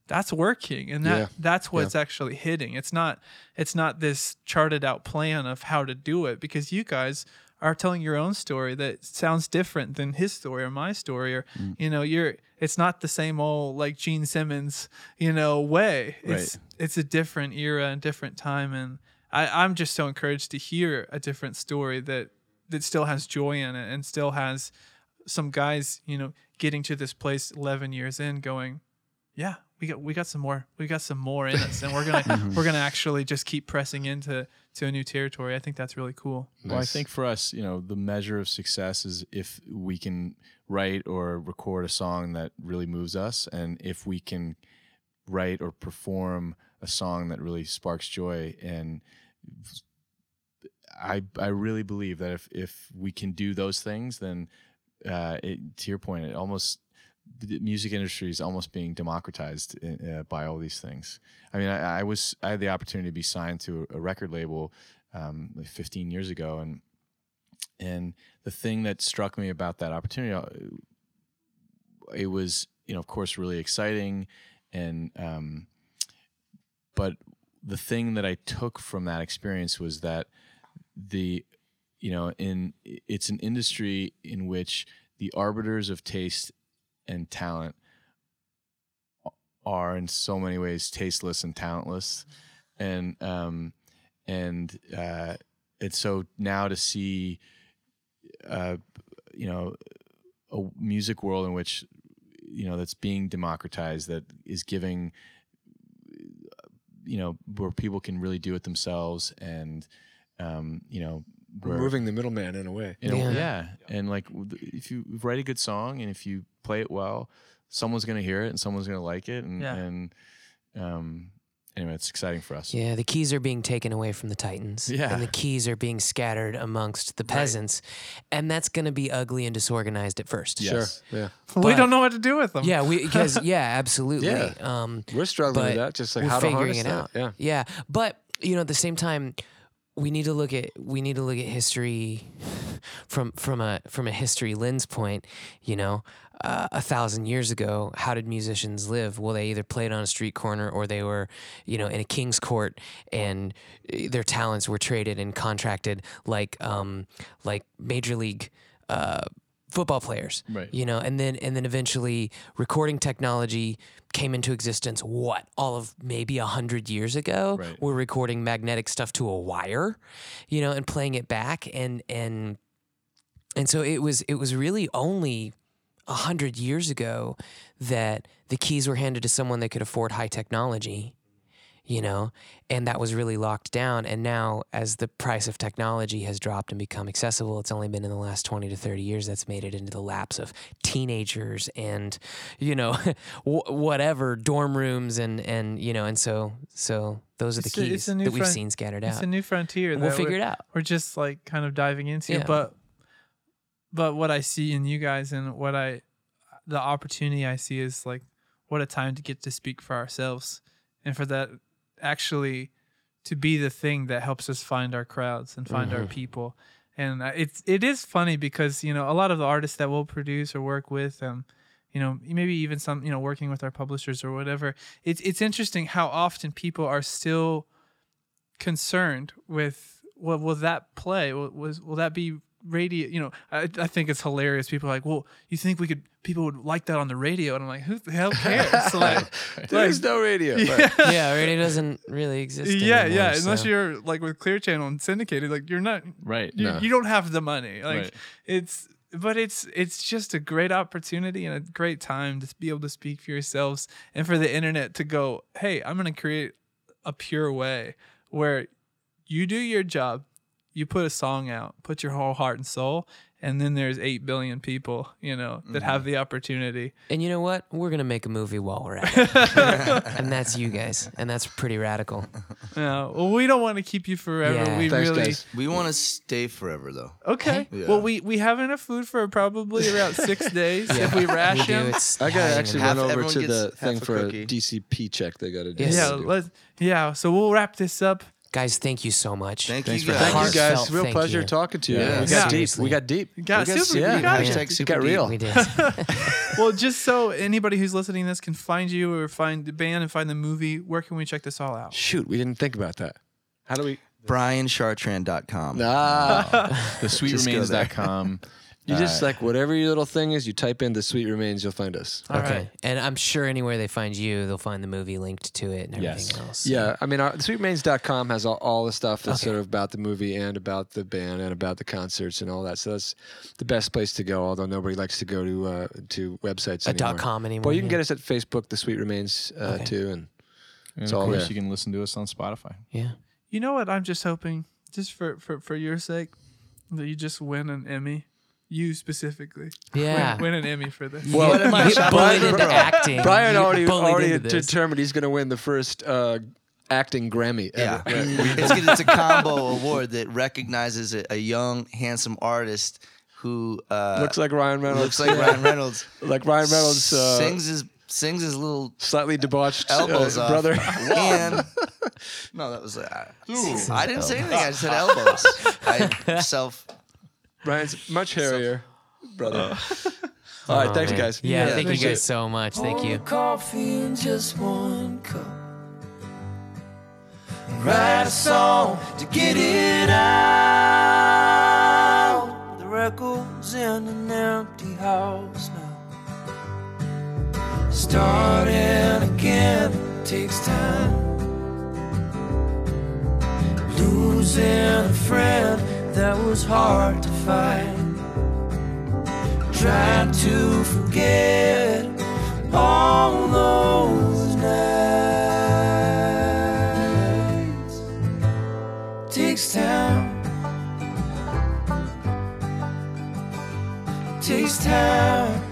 S2: that's working and that
S6: Mm-hmm. Yeah.
S2: that's what's actually hitting it's not it's not this charted out plan of how to do it because you guys are telling your own story that sounds different than his story or my story or
S6: Mm.
S2: you know you're it's not the same old like gene simmons you know way it's it's a different era and different time and I, i'm just so encouraged to hear a different story that that still has joy in it and still has some guys, you know, getting to this place 11 years in going, yeah, we got we got some more. We got some more in us and we're going
S3: (laughs)
S2: to we're going to actually just keep pressing into to a new territory. I think that's really cool.
S4: Well, I think for us, you know, the measure of success is if we can write or record a song that really moves us, and if we can write or perform a song that really sparks joy. And I, I really believe that if if we can do those things, then uh, it, to your point, it almost the music industry is almost being democratized uh, by all these things. I mean, I, I was I had the opportunity to be signed to a record label um, like 15 years ago, and and the thing that struck me about that opportunity, uh, it was you know of course really exciting, and um, but the thing that I took from that experience was that the you know in it's an industry in which the arbiters of taste and talent are in so many ways tasteless and talentless and um and uh and so now to see uh you know a music world in which you know that's being democratized that is giving you know where people can really do it themselves and um you know where-
S6: Removing the middleman in a way.
S4: you know,
S3: Yeah.
S4: yeah. And like, w- th- if you write a good song and if you play it well, someone's gonna hear it and someone's gonna like it. And,
S2: Yeah.
S4: and um, anyway, it's exciting for us.
S3: Yeah, the keys are being taken away from the titans.
S4: Yeah.
S3: And the keys are being scattered amongst the peasants. And that's going to be ugly and disorganized at first.
S4: Yes.
S6: Sure. Yeah.
S2: we
S3: But-
S2: don't know what to do with them.
S3: Yeah, we because yeah, absolutely.
S6: Yeah.
S3: Um
S6: We're struggling
S3: but
S6: with that, just like
S3: we're
S6: how to
S3: figuring
S6: harness
S3: it
S6: that.
S3: out.
S6: Yeah.
S3: Yeah. But you know, at the same time, we need to look at we need to look at history from from a from a history lens point. You know, uh, a thousand years ago, how did musicians live? Well, they either played on a street corner or they were, you know, in a king's court, and uh, their talents were traded and contracted like um like major league. Uh, football players
S4: Right.
S3: (laughs) you know and then and then eventually recording technology came into existence what all of maybe a hundred years ago
S4: Right.
S3: we're recording magnetic stuff to a wire you know and playing it back and and and so it was it was really only a hundred years ago that the keys were handed to someone that could afford high technology you know, and that was really locked down. And now, as the price of technology has dropped and become accessible, it's only been in the last 20 to 30 years that's made it into the laps of teenagers and, you know, (laughs) wh- whatever dorm rooms and, and, you know, and so, so those are the
S2: It's a- it's
S3: keys
S2: a new
S3: that we've
S2: front-
S3: seen scattered
S2: It's
S3: out.
S2: a new frontier.
S3: And we'll
S2: that
S3: figure
S2: we're- (laughs)
S3: it out.
S2: we're just like kind of diving into
S3: Yeah.
S2: it but but what i see in you guys and what i the opportunity i see is like what a time to get to speak for ourselves and for that actually to be the thing that helps us find our crowds and find our people and uh, it's it is funny because you know a lot of the artists that we'll produce or work with um you know maybe even some you know working with our publishers or whatever it's it's interesting how often people are still concerned with well, will that play? Will, was will that be radio? You know, I, I think it's hilarious. People are like, well, you think we could people would like that on the radio? And I'm like, who the hell cares? like,
S6: There is no
S2: (laughs)
S6: radio. but-
S3: yeah, radio doesn't really exist.
S2: yeah,
S3: anymore,
S2: yeah. Unless
S3: so-
S2: you're like with Clear Channel and syndicated, like you're not
S4: Right.
S2: you,
S6: No.
S2: you don't have the money like
S4: Right.
S2: it's but it's it's just a great opportunity and a great time to be able to speak for yourselves and for the internet to go hey i'm going to create a pure way where you do your job you put a song out put your whole heart and soul and then there's 8 billion people you know that have the opportunity
S3: and you know what? We're going to make a movie while we're at it.
S2: (laughs)
S3: and that's you guys. And that's pretty radical.
S2: Uh, well, we don't want to keep you forever
S3: Yeah.
S2: we
S6: Thanks,
S2: really
S6: guys.
S5: We want to stay forever, though.
S3: (laughs)
S2: okay
S5: Yeah.
S2: well we we have enough food for probably about six days if we
S3: We do.
S2: ration
S3: It's
S6: I gotta
S3: yeah,
S6: actually
S3: yeah.
S5: half-
S6: run over
S5: everyone
S6: to
S5: gets
S6: the
S5: half
S6: thing
S5: a
S6: for
S5: cookie.
S6: a DCP check they gotta do.
S3: Yes.
S2: yeah, let's yeah. So we'll wrap this up.
S3: guys, thank you so much.
S5: Thank
S4: Thanks
S5: you
S4: for-
S5: guys.
S6: Thank you guys.
S3: Heartfelt
S6: Real
S3: thank
S6: pleasure
S3: you.
S6: talking to you.
S5: Yeah.
S6: We got deep.
S3: Seriously.
S6: We got deep.
S2: Got
S5: guess-
S2: super.
S6: yeah,
S2: you got
S5: hashtag
S2: it.
S5: super
S6: got
S5: deep.
S6: real.
S3: We did.
S2: Well, just so anybody who's listening to this can find you or find the band and find the movie. Where can we check this all out?
S6: Shoot, we didn't think about that. How do we?
S5: BrianChartrand.com.
S6: Ah,
S4: The
S6: (laughs)
S5: Just go there.
S4: sweetremains.com.
S6: You just like whatever your little thing is, you type in the sweet remains, you'll find us.
S2: All
S3: okay.
S2: right.
S3: And I'm sure anywhere they find you, they'll find the movie linked to it and everything
S4: Yes.
S3: else.
S6: Yeah, I mean, our, sweetremains.com has all, all the stuff that's
S3: Okay.
S6: sort of about the movie and about the band and about the concerts and all that. So that's the best place to go. Although nobody likes to go to uh, to websites
S3: A
S6: anymore.
S3: dot com anymore.
S6: Well, you can
S3: yeah.
S6: get us at Facebook, the Sweet Remains uh,
S3: Okay.
S6: too, and
S4: And
S6: It's
S4: of
S6: all
S4: course,
S6: there.
S4: you can listen to us on Spotify.
S3: Yeah.
S2: You know what? I'm just hoping, just for for for your sake, that you just win an Emmy. You specifically.
S3: Yeah.
S2: (laughs) Win, win an Emmy for this.
S6: Well,
S5: What am I
S3: You get
S5: shot
S3: bullied into
S5: bro?
S3: acting.
S6: Brian
S3: You
S6: already
S3: bullied
S6: already
S3: into this.
S6: determined he's going to win the first uh, acting Grammy.
S5: Yeah,
S6: Ever.
S5: it's, it's a combo award that recognizes a, a young, handsome artist who uh,
S6: looks like Ryan Reynolds.
S5: looks like Ryan Reynolds.
S6: (laughs) like Ryan Reynolds. Uh,
S5: sings his sings his little
S6: Slightly debauched uh,
S5: elbows off.
S3: (laughs)
S6: brother. (laughs)
S5: And no, that was uh, I didn't say anything. I just said elbows.
S6: (laughs)
S5: I self.
S6: Brian's much hairier
S3: (laughs)
S6: brother. All right,
S3: Oh,
S6: thanks,
S3: man.
S6: guys.
S3: Yeah,
S5: Yeah,
S3: thank you
S5: thank
S3: guys so much. Thank you.
S1: One coffee and just one cup. Write a song to get it out. The record's in an empty house now. Starting again takes time. Losing a friend that was hard to find. Trying to forget all those nights. Takes time. Takes time.